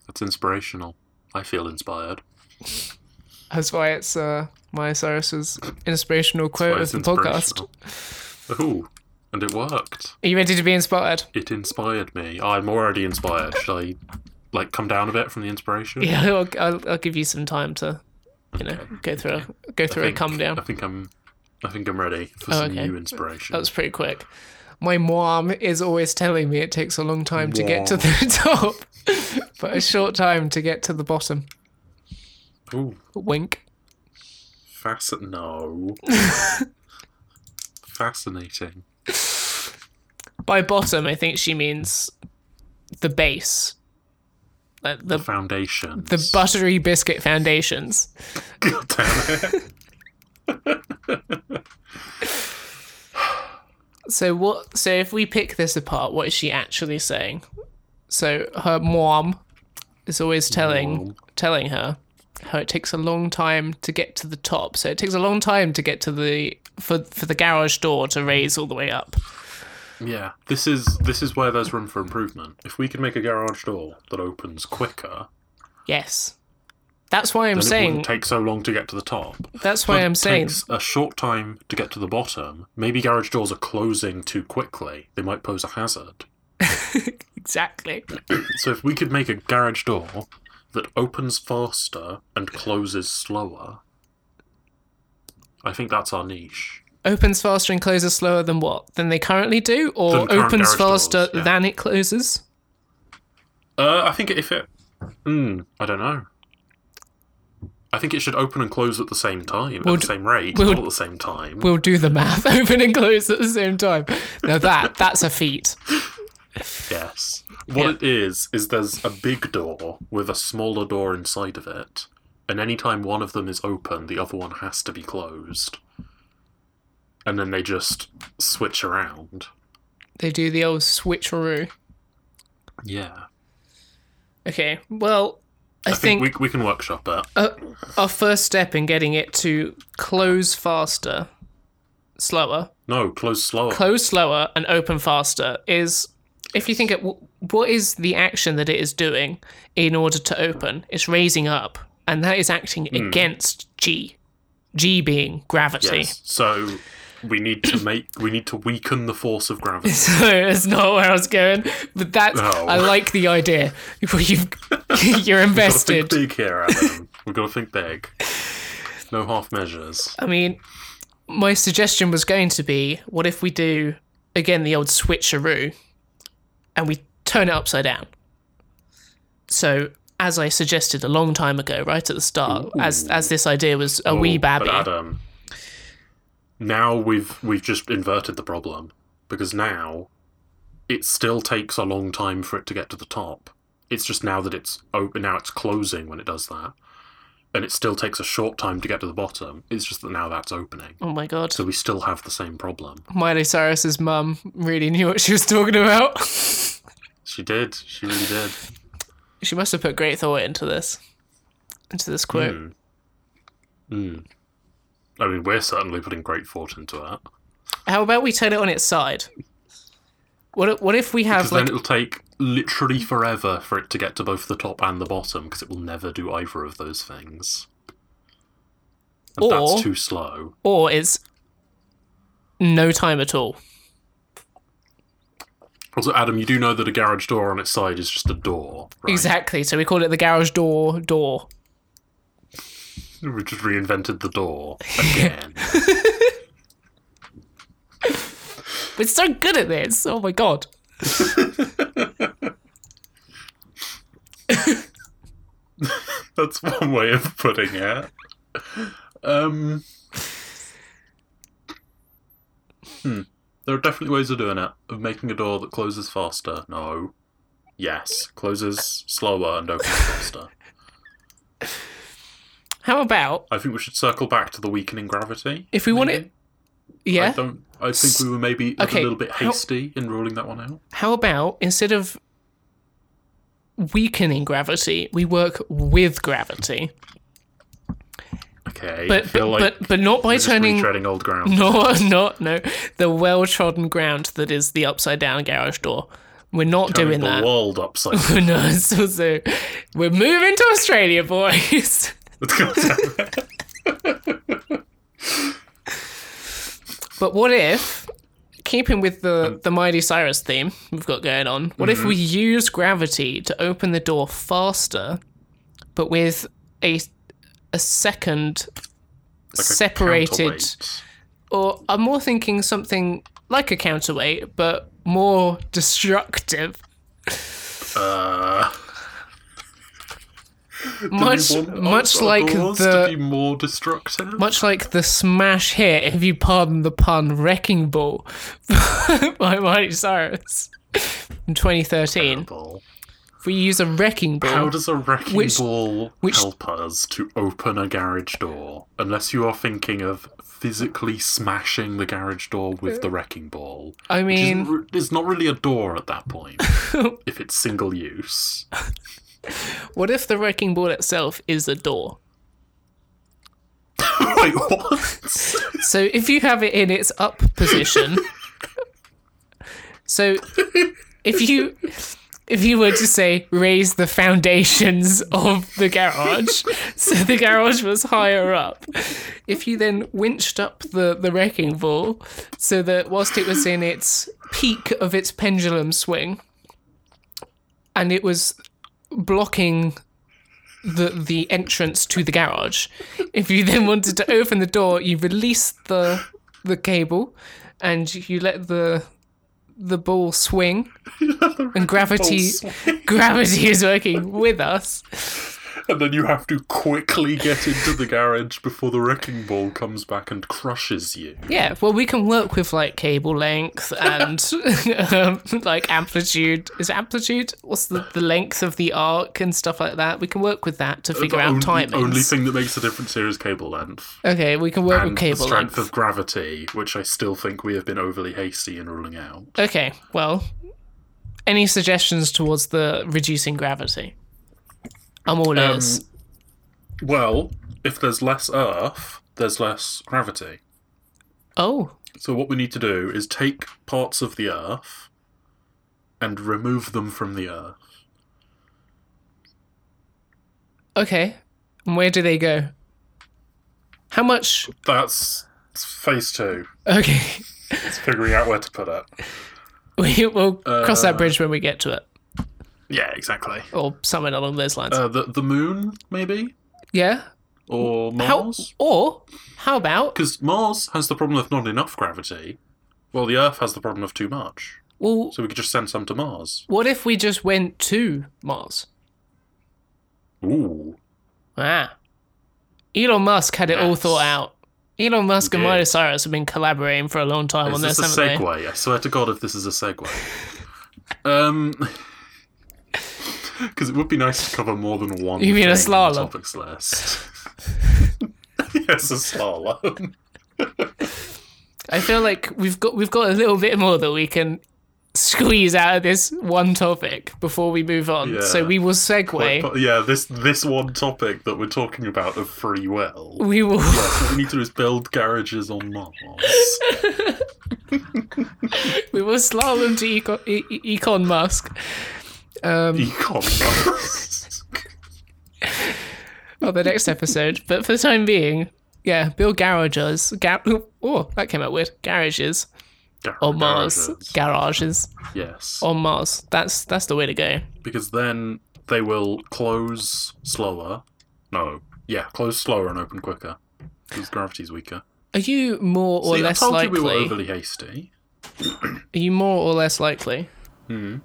that's inspirational. I feel inspired.
That's why it's uh, Miley Cyrus's inspirational quote of
It's
the podcast.
inspirational. Ooh, and it worked.
Are you ready to be inspired?
It inspired me. I'm already inspired. Should I like come down a bit from the inspiration?
Yeah, I'll, I'll, I'll give you some time to, you know, go through a, go
I
through
think,
a come down.
I think I'm. I think I'm ready for
Oh,
some
okay.
new inspiration.
That was pretty quick. My mom is always telling me it takes a long time to get to the top, but a short time to get to the bottom.
Ooh,
Wink.
fasc- No. Fascinating.
By bottom, I think she means the base, like the
The foundation.
the buttery biscuit foundations.
God damn it.
So what? So if we pick this apart, what is she actually saying? So her mom is always telling
Mom.
telling her how it takes a long time to get to the top. So it takes a long time to get to the for for the garage door to raise all the way up.
Yeah, this is this is where there's room for improvement. If we could make a garage door that opens quicker,
Yes, that's why I'm
then it
saying.
wouldn't take so long to get to the top.
that's why
But
I'm
it
saying.
takes a short time to get to the bottom. Maybe garage doors are closing too quickly. They might pose a hazard.
Exactly.
So if we could make a garage door that opens faster and closes slower, I think that's our niche.
Opens faster and closes slower than what? Than they currently do? Or
Than current
opens
garage doors,
faster
yeah.
than it closes?
Uh, I think if it, mm, I don't know. I think it should open and close at the same time, at
Would-
the same rate,
would-
all at the same time.
We'll do the math. Open and close at the same time. Now that, that's a feat.
Yes. What
Yeah.
it is is there's a big door with a smaller door inside of it, and anytime one of them is open, the other one has to be closed. And then they just switch around.
They do the old switcheroo.
Yeah.
Okay, well, I,
I,
think,
think, we, we can workshop it.
uh, our first step in getting it to close faster, slower,
No, close slower.
close slower, and open faster is if you think it, wh- what is the action that it is doing in order to open? It's raising up, and that is acting
Hmm.
against G. G being gravity.
Yes. So we need to make we need to weaken the force of gravity.
So it's not where I was going, but that's
No.
I like the idea. You've, you're
Gotta think
invested.
big here, Adam. We've got to think big. No half measures.
I mean, my suggestion was going to be what if we do, again, the old switcheroo and we turn it upside down? So, as I suggested a long time ago, right at the start, as as this idea was a wee
Oh, But
babby.
Adam, now we've we've just inverted the problem because now it still takes a long time for it to get to the top. It's just now that it's open, now it's closing when it does that, and it still takes a short time to get to the bottom. It's just that now that's opening,
Oh my god.
so we still have the same problem.
Miley Cyrus's mum really knew what she was talking about.
She did, she really did.
she must have put great thought into this. Into this quote.
I mean, we're certainly putting great thought into that.
How about we turn it on its side? What if, what if we have
Because then
like
it'll take literally forever for it to get to both the top and the bottom, because it will never do either of those things. And
Or-
that's too slow.
or it's no time at all.
Also, Adam, you do know that a garage door on its side is just a door, right?
Exactly. So we called it the garage door door.
We just reinvented the door again.
We're so good at this. Oh my god.
that's one way of putting it. Um, hmm. There are definitely ways of doing it. Of making a door that closes faster. No. Yes. Closes slower and opens faster.
How about
I think we should circle back to the weakening gravity.
if we want it?
I
Yeah.
don't. I think we were maybe
Okay,
a little bit
how-
hasty in ruling that one out.
How about instead of weakening gravity, we work with gravity,
Okay, I
but but
feel like
but, but not by
we're just
turning.
retreading old ground.
No, not no. The well-trodden ground that is the upside-down garage door. We're not doing
Turning the
that.
world upside. down.
no, so, so we're moving to Australia, boys.
God damn it.
But what if, keeping with the, the Mighty Cyrus theme we've got going on, what if
Mm-hmm.
we use gravity to open the door faster, but with a, a second
Like a
separated.
counterweight.
Or I'm more thinking something like a counterweight, but more destructive.
Uh, do we
Much,
want
much
our- our
like
doors
the.
to be more destructive.
Much like the smash hit, if you pardon the pun, Wrecking Ball by Mighty Cyrus in 2013.
Ball.
If we use a wrecking ball,
How does a wrecking
Which-
ball
which-
help us to open a garage door? Unless you are thinking of physically smashing the garage door with the wrecking ball.
I
Which isn't
mean,
re- it's not really a door at that point, if it's single use.
what if the wrecking ball itself is a door?
Wait, what?
So if you have it in its up position, so if you if you were to say raise the foundations of the garage, so the garage was higher up. If you then winched up the the wrecking ball, so that whilst it was in its peak of its pendulum swing, and it was blocking the the entrance to the garage. If you then wanted to open the door, you release the the cable, and you let the the ball swing, and gravity gravity is working with us.
and then you have to quickly get into the garage before the wrecking ball comes back and crushes you.
Yeah, well, we can work with like cable length and um, like amplitude. Is it amplitude? What's the, the length of the arc and stuff like that? We can work with that to figure
The
out
Uh, only,
timings.
only thing that makes a difference here is cable length
okay, we can work
and
with
the
cable
strength
length.
of gravity, which I still think we have been overly hasty in ruling out.
Okay, well, any suggestions towards the reducing gravity? I'm all
Um,
ears.
Well, if there's less Earth, there's less gravity.
Oh,
So what we need to do is take parts of the Earth and remove them from the Earth.
okay. And where do they go? How much?
That's phase two.
Okay,
It's figuring out where to put it.
we will cross that
Uh,
bridge when we get to it,
Yeah, exactly.
or somewhere along those lines.
Uh, the the moon, maybe,
yeah.
or
How?
Mars,
Or how about?
because Mars has the problem of not enough gravity. Well, the Earth has the problem of too much.
Well,
So we could just send some to Mars.
what if we just went to Mars?
Ooh,
Ah, Elon Musk had it all
Yes.
thought out. Elon Musk and
did.
Miley Cyrus have been collaborating for a long time on
is
this,
this a
haven't they?
segue? I swear to God, if this is a segue, um, because it would be nice to cover more than one.
You mean a
thing on the
slalom?
Topics list. yes, a slalom.
I feel like we've got we've got a little bit more that we can squeeze out of this one topic before we move on.
Yeah.
So we will
Like,
segue.
but yeah, this this one topic that we're talking about of free will.
we will
what we need to do is build garages on Mars.
we will slalom to Econ, e- E- Econ Musk. Um,
Econ Mars.
on the next episode, but for the time being, yeah, build garages. Gar- oh, that came out weird. Garages
Gar-
on Mars.
garages.
Garages
yes,
on Mars. That's that's the way to go.
because then they will close slower. No, yeah, close slower and open quicker because gravity's weaker.
Are you more or
See,
less
I told
likely?
you we were overly hasty.
Are you more or less likely
Hmm.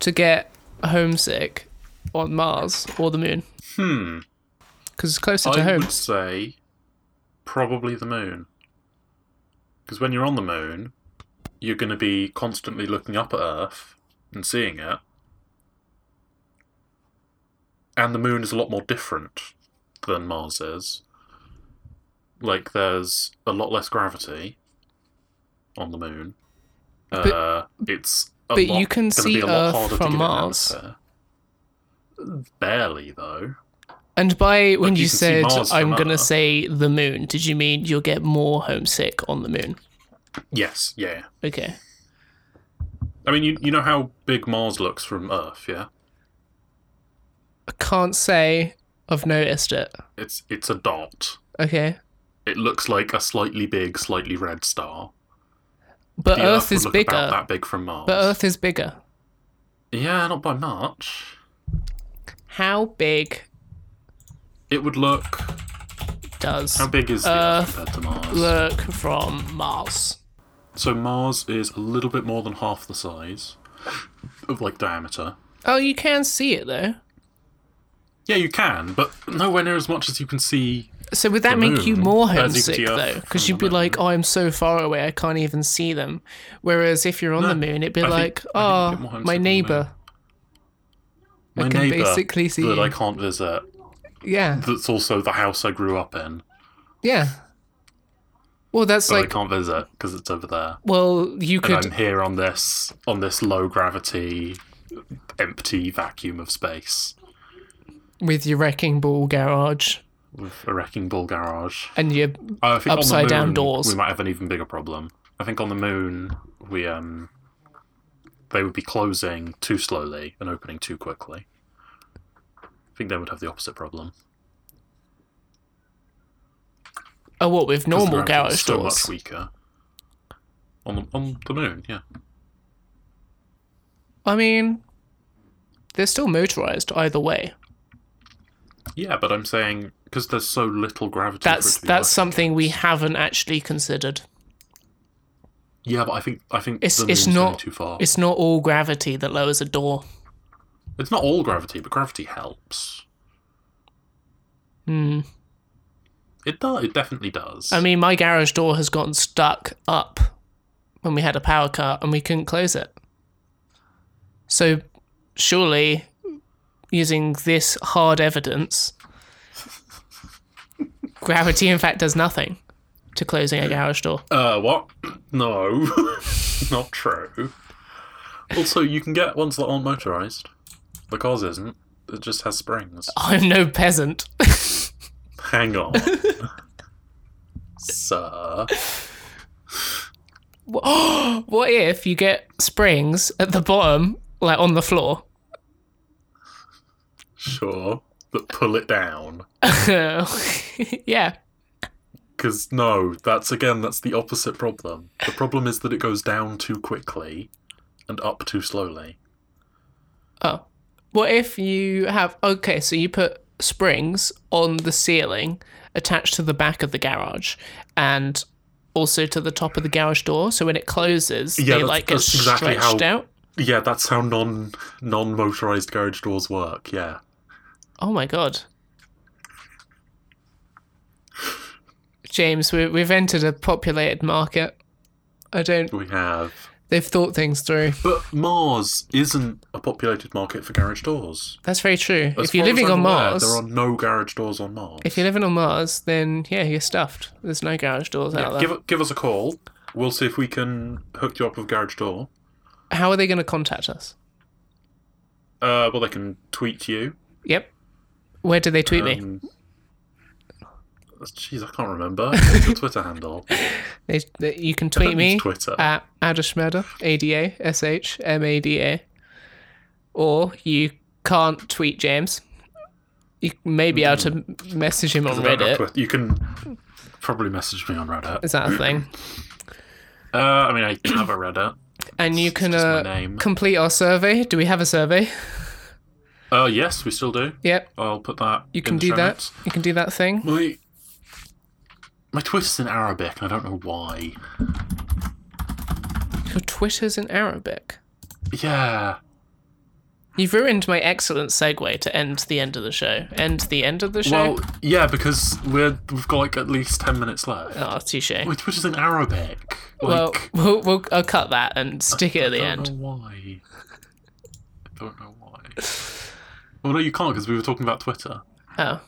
to get homesick on Mars or the Moon?
Hmm.
Because it's closer to
I
home.
would say probably the moon. Because when you're on the moon, you're going to be constantly looking up at Earth and seeing it. And the moon is a lot more different than Mars is. Like, there's a lot less gravity on the moon. uh, it's a
but
lot-
you can
gonna be
see
a lot
Earth
harder to
from
get in the
Mars.
atmosphere. Barely, though.
And by when
Like,
you,
you can see
said
Mars from
I'm gonna
Earth."
say the Moon, did you mean you'll get more homesick on the Moon?
Yes, yeah.
Okay.
I mean, you you know how big Mars looks from Earth, yeah?
I can't say I've noticed it.
It's it's a dot.
Okay.
It looks like a slightly big, slightly red star.
But
The
Earth,
would
is
look
bigger.
About that big from Mars.
But Earth is bigger.
Yeah, not by much.
How big
It would look.
does
How big is the Earth compared to Mars?
look from Mars?
So Mars is a little bit more than half the size of like diameter.
Oh, you can see it though.
Yeah, you can, but nowhere near as much as you can see.
So would that
The
make you
moon,
more
Mm. as you can
homesick
see Earth
though?
from
Because
the
you'd be like, "Oh, I'm so far away, I can't even see them." Whereas if you're on the moon, it'd be
I think-
like,
I think you'd get more
"Oh,
homesick
my
on the moon."
neighbor."
My
can
neighbour
basically see
that
you.
I can't visit.
Yeah,
That's also the house I grew up in,
yeah. Well, that's
but I
like,
can't visit because it's over there.
well, you
And
could
I'm here on this on this low gravity, empty vacuum of space
with your wrecking ball garage
with a wrecking ball garage.
and your
I think on the
Upside down
moon,
doors.
We might have an even bigger problem. I think on the moon we um they would be closing too slowly and opening too quickly. I think they would have the opposite problem.
oh, what with
'Cause the
normal
gravity is
garage
so
doors?
much weaker. On the, on the moon, yeah.
I mean, they're still motorized either way.
Yeah, but I'm saying because there's so little gravity. for it
That's
to be
that's
working.
something we haven't actually considered.
Yeah, but I think I think
It's-
the
it's
moon's going
not-
too far. It's,
It's not all gravity that lowers a door.
not all gravity, but gravity helps.
Hmm.
It does. It definitely does.
I mean, my garage door has gotten stuck up when we had a power cut and we couldn't close it. So, surely, using this hard evidence, gravity in fact does nothing to closing a garage door.
Uh, what? No, not true. Also, you can get ones that aren't motorized. The car's isn't. It just has springs.
I'm no peasant.
Hang on, sir.
What what if you get springs at the bottom, like on the floor?
Sure, but pull it down.
yeah.
Because no, that's again, that's the opposite problem. The problem is that it goes down too quickly and up too slowly.
Oh. What if you have okay, so you put springs on the ceiling attached to the back of the garage and also to the top of the garage door, so when it closes,
Yeah,
they
that's-
like get
that's exactly how-
stretched out.
Yeah, that's how non non motorized garage doors work. Yeah,
Oh my god. James, we, we've entered a populated market. I don't.
we have.
They've thought things through.
But Mars isn't a populated market for garage doors.
That's very true.
As
if you're
far as
living
I'm
on
aware,
Mars,
there are no garage doors on Mars.
if you're living on Mars, then yeah, you're stuffed. There's no garage doors out there.
give give us a call. We'll see if we can hook you up with garage door.
How are they going to contact us?
Uh, well, they can tweet you.
Yep. Where did they tweet me?
Um, Jeez, I can't remember What's your Twitter handle.
They, they, you can
don't
tweet
use
me
Twitter.
at Adashmada, A D A S H M A D A. Or you can't tweet James. You may be able to message him on
Hmm. I don't have
Reddit.
Twi- You can probably message me on Reddit.
Is that a thing?
Uh, I mean, I have a Reddit.
And you can
just my
uh,
name.
complete our survey. Do we have a survey?
Uh, yes, we still do.
Yep.
I'll put that.
You
in
can
the
do
show
that.
notes.
You can do that thing.
My my Twitter's in Arabic, and I don't know why.
Your Twitter's in Arabic.
Yeah.
You've ruined my excellent segue to end the end of the show. End the end of the show.
Well, yeah, because we're we've got like at least ten minutes left.
oh, touche.
My Twitter's in Arabic. Like,
well, we'll, we'll I'll cut that and stick it at the
I
end.
don't know why. I don't know why. Well, no, you can't because we were talking about Twitter.
Oh,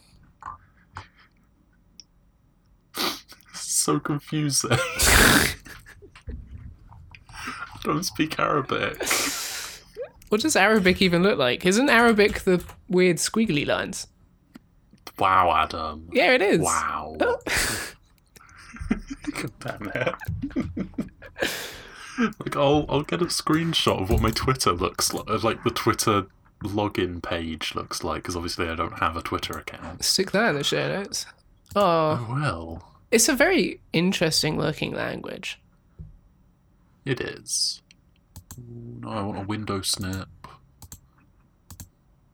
It's so confusing. I don't speak Arabic.
what does Arabic even look like? Isn't Arabic the weird squiggly lines?
Wow, Adam.
Yeah, it is.
Wow.
Oh.
Damn it. like I'll I'll get a screenshot of what my Twitter looks like, of like the Twitter login page looks like, because obviously I don't have a Twitter account.
Stick that in the show notes. Oh,
Oh well,
it's a very interesting looking language.
it is. Ooh, No, I want a window snip.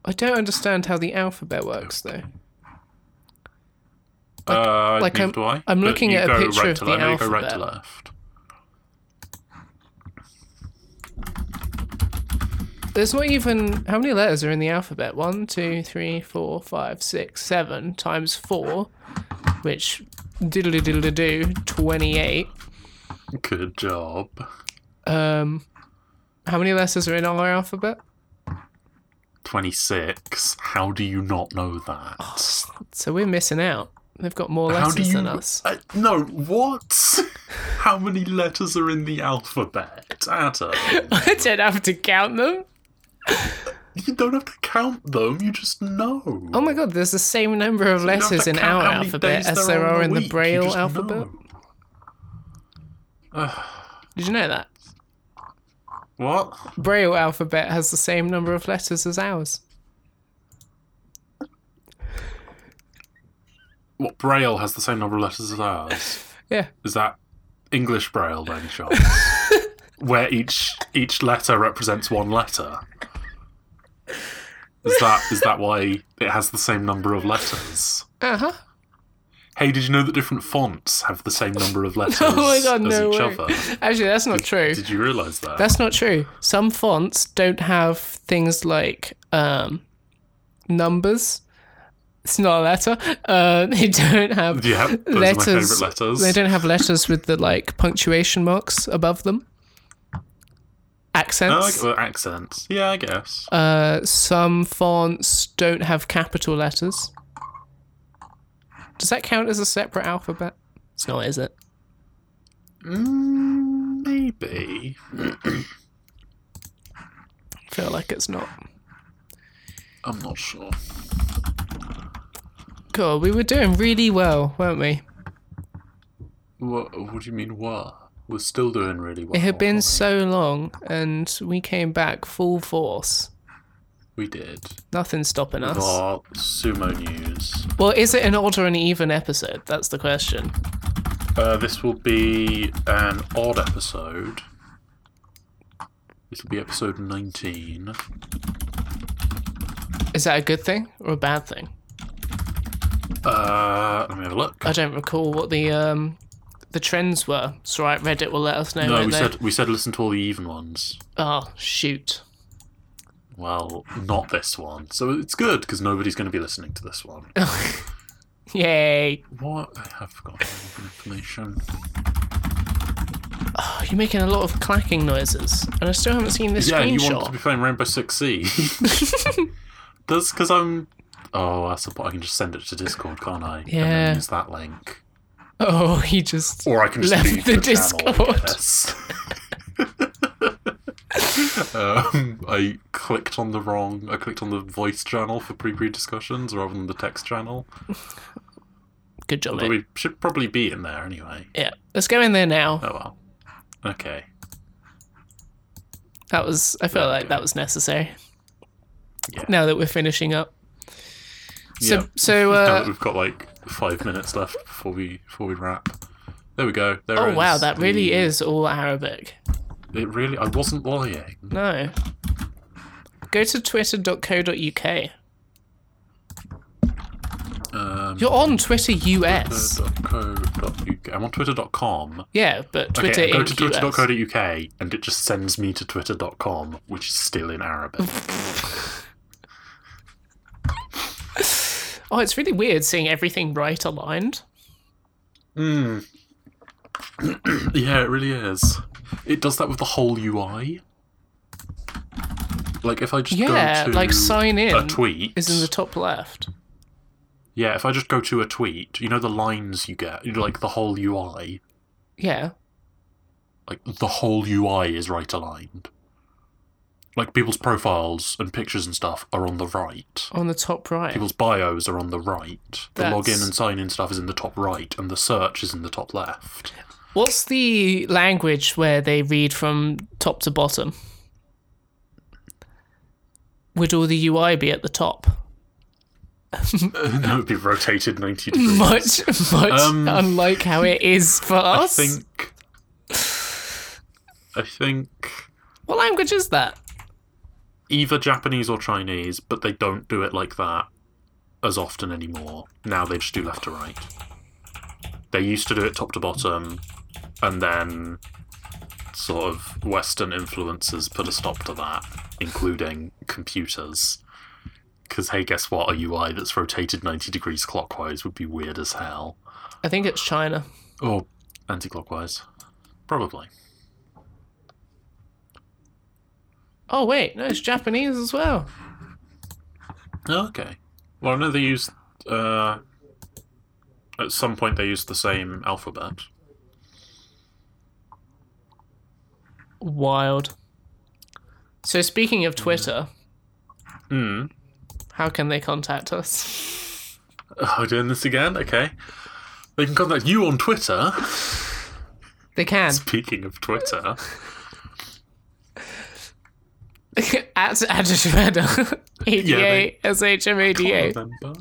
I don't understand how the alphabet works though.
uh,
like
neither
I'm-
do I.
I'm
But
looking
you
at a
go
picture
right
of
to
the
left, you go right to
alphabet.
left.
There's not even how many letters are in the alphabet? One, two, three, four, five, six, seven times four, which diddly diddly do twenty-eight.
Good job.
Um, how many letters are in our alphabet?
Twenty six. How do you not know that?
Oh, So we're missing out. They've got more
How
letters
do you?
than us.
Uh, no, what? How many letters are in the alphabet, Adam?
I don't have to count them.
you don't have to count them. You just know.
Oh my god, there's the same number of
You don't have
letters
to
in
count
our
how many
alphabet
days
as there
are
are in
in a
the
week, you
Braille
just
alphabet.
know.
Did you know that?
What?
Braille alphabet has the same number of letters as ours.
What Braille has the same number of letters as ours?
Yeah.
Is that English Braille by any chance? Where each each letter represents one letter. Is that is that why it has the same number of letters?
Uh huh.
Hey, did you know that different fonts have the same number of letters
Oh my god,
as
no
each
way.
other?
Actually, that's not true.
Did you realise that?
That's not true. Some fonts don't have things like um, numbers. It's not a letter. Uh, they don't have
yeah, those
letters.
are my favourite letters.
They don't have letters with the like punctuation marks above them.
Oh, I
Accents.
gu- well, accents. Yeah, I guess.
Uh, some fonts don't have capital letters. Does that count as a separate alphabet? It's not, is it?
Mm, maybe.
I feel like it's not.
I'm not sure.
God, we were doing really well, weren't we?
What, what do you mean, what? We're still doing really well.
It had been so long, and we came back full force.
We did.
Nothing's stopping us.
Our sumo news.
Well, is it an odd or an even episode? That's the question.
Uh, this will be an odd episode. This will be episode 19.
Is that a good thing or a bad thing?
Uh, let me have a look.
I don't recall what the um the trends were. It's all right, Reddit will let us know.
No,
won't
we
they?
said we said listen to all the even ones.
Oh shoot!
Well, not this one. So it's good because nobody's going to be listening to this one.
Yay!
what? I have forgotten all the information.
Oh, you're making a lot of clacking noises, and I still haven't seen this
Yeah, you want
screenshot.
to be playing Rainbow Six Siege. That's because I'm. Oh, that's the point. I can just send it to Discord, can't I? And
Yeah.
then use that link,
Oh, he just.
or I can just
Left
leave
the
the, channel, I
Discord.
guess. um, I clicked on the wrong. I clicked on the voice channel for pre-pre discussions rather than the text channel.
Good job,
Although
mate.
we should probably be in there anyway.
Yeah, let's go in there now.
Oh well. Okay.
That was. I felt
Yeah,
like
okay.
that was necessary.
Yeah.
Now that we're finishing up. So
Yeah.
so.
Now that
Uh,
we've got like five minutes left before we before we wrap. There we go. There
oh
is
wow, that really
the-
is all Arabic.
It really. I wasn't lying.
No. Go to twitter.co.uk.
Um,
You're on Twitter US.
twitter.co.uk. I'm on twitter.com.
Yeah, but Twitter
okay, I go
in
to
US.
twitter.co.uk and it just sends me to twitter.com, which is still in Arabic.
Oh, it's really weird seeing everything right aligned.
Mm. yeah, it really is. It does that with the whole UI. Like if I just
Yeah,
go to
like sign
a
in
tweet,
is in the top left.
yeah, if I just go to a tweet, you know the lines you get, you know, like the whole UI,
Yeah.
like the whole UI is right aligned. Like people's profiles and pictures and stuff are on the right.
On the top right.
People's bios are on the right. The
That's-
login and sign in stuff is in the top right, and the search is in the top left.
What's the language where they read from top to bottom? would all the UI be at the top?
that would be rotated 90 degrees.
Much, much
Um,
unlike how it is for
I
us.
think. I think
What language is that?
either Japanese or Chinese, but they don't do it like that as often anymore. Now they just do left to right. They used to do it top to bottom, and then sort of Western influences put a stop to that, including computers. Because, hey, guess what? A UI that's rotated 90 degrees clockwise would be weird as hell.
I think it's China.
Or anti clockwise. Probably.
Oh wait, no, it's Japanese as well.
Oh, okay. Well, I know they used. Uh, at some point, they used the same alphabet.
Wild. So speaking of Twitter,
Hmm.
how can they contact us?
Oh, we're doing this again? Okay. They can contact you on Twitter.
They can
Speaking of Twitter,
at Adishmada, A D A
they-
S H M A D A,
remember?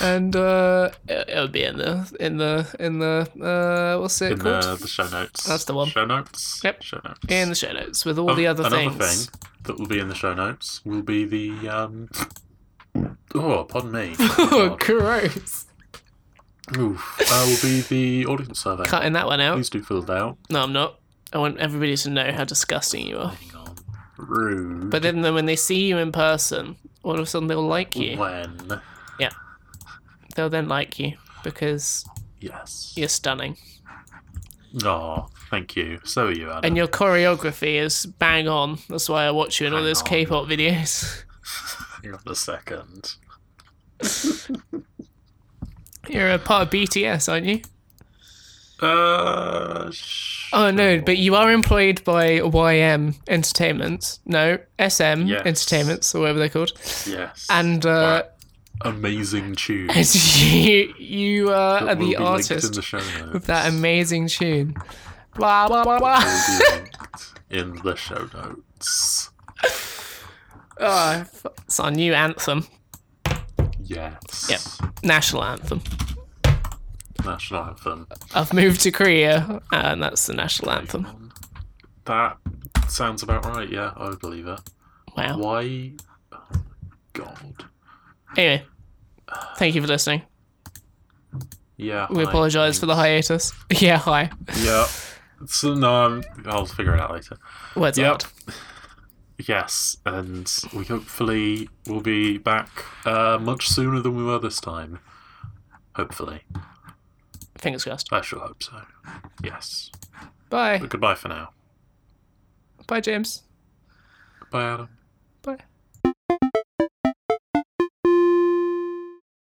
and uh, it- it'll be in the in the in the uh, what's it
in
called?
the, the show notes.
That's the one.
Show notes.
Yep.
Show notes.
in the show notes with all the
Oh,
other
Another
things.
thing that will be in the show notes will be the. Um... Oh, pardon me.
Oh,
God.
gross!
Oof. Uh, will be the audience survey.
Cutting that one out.
Please do fill it out.
No, I'm not. I want everybody to know how disgusting you are.
Hang on. Rude.
But uh, then, then when they see you in person, all of a sudden they'll like you.
When?
They'll then like you because
Yes.
you're stunning.
Oh, thank you. So are you, Adam.
And your choreography is bang on. That's why I watch you in all
Bang
those
on.
K pop videos.
Hang on a second.
You're a part of BTS, aren't you?
Uh, sh-
Oh, no, but you are employed by YM Entertainment. No, SM
Yes.
Entertainments, or whatever they're called.
yes.
And, uh,
amazing tune.
and you, you uh,
that
are
will be
the
linked in
artist
the show notes.
with that amazing tune. Blah, blah, blah, blah.
Will be linked in the show notes.
Oh, f- it's our new anthem,
Yes.
national anthem.
National anthem.
I've moved to Korea, and that's the national anthem.
That sounds about right. Yeah, I would believe it.
Wow.
Why? Oh, God.
Anyway, thank you for listening.
Yeah.
We
hi,
apologise for the
thanks.
hiatus. Yeah, hi.
Yeah. So no, I'm, I'll figure it out later.
Words
Yep.
out.
Yes, and we hopefully will be back uh, much sooner than we were this time. Hopefully.
Fingers crossed.
I sure hope so. Yes.
Bye.
But goodbye for now.
Bye, James.
Bye, Adam.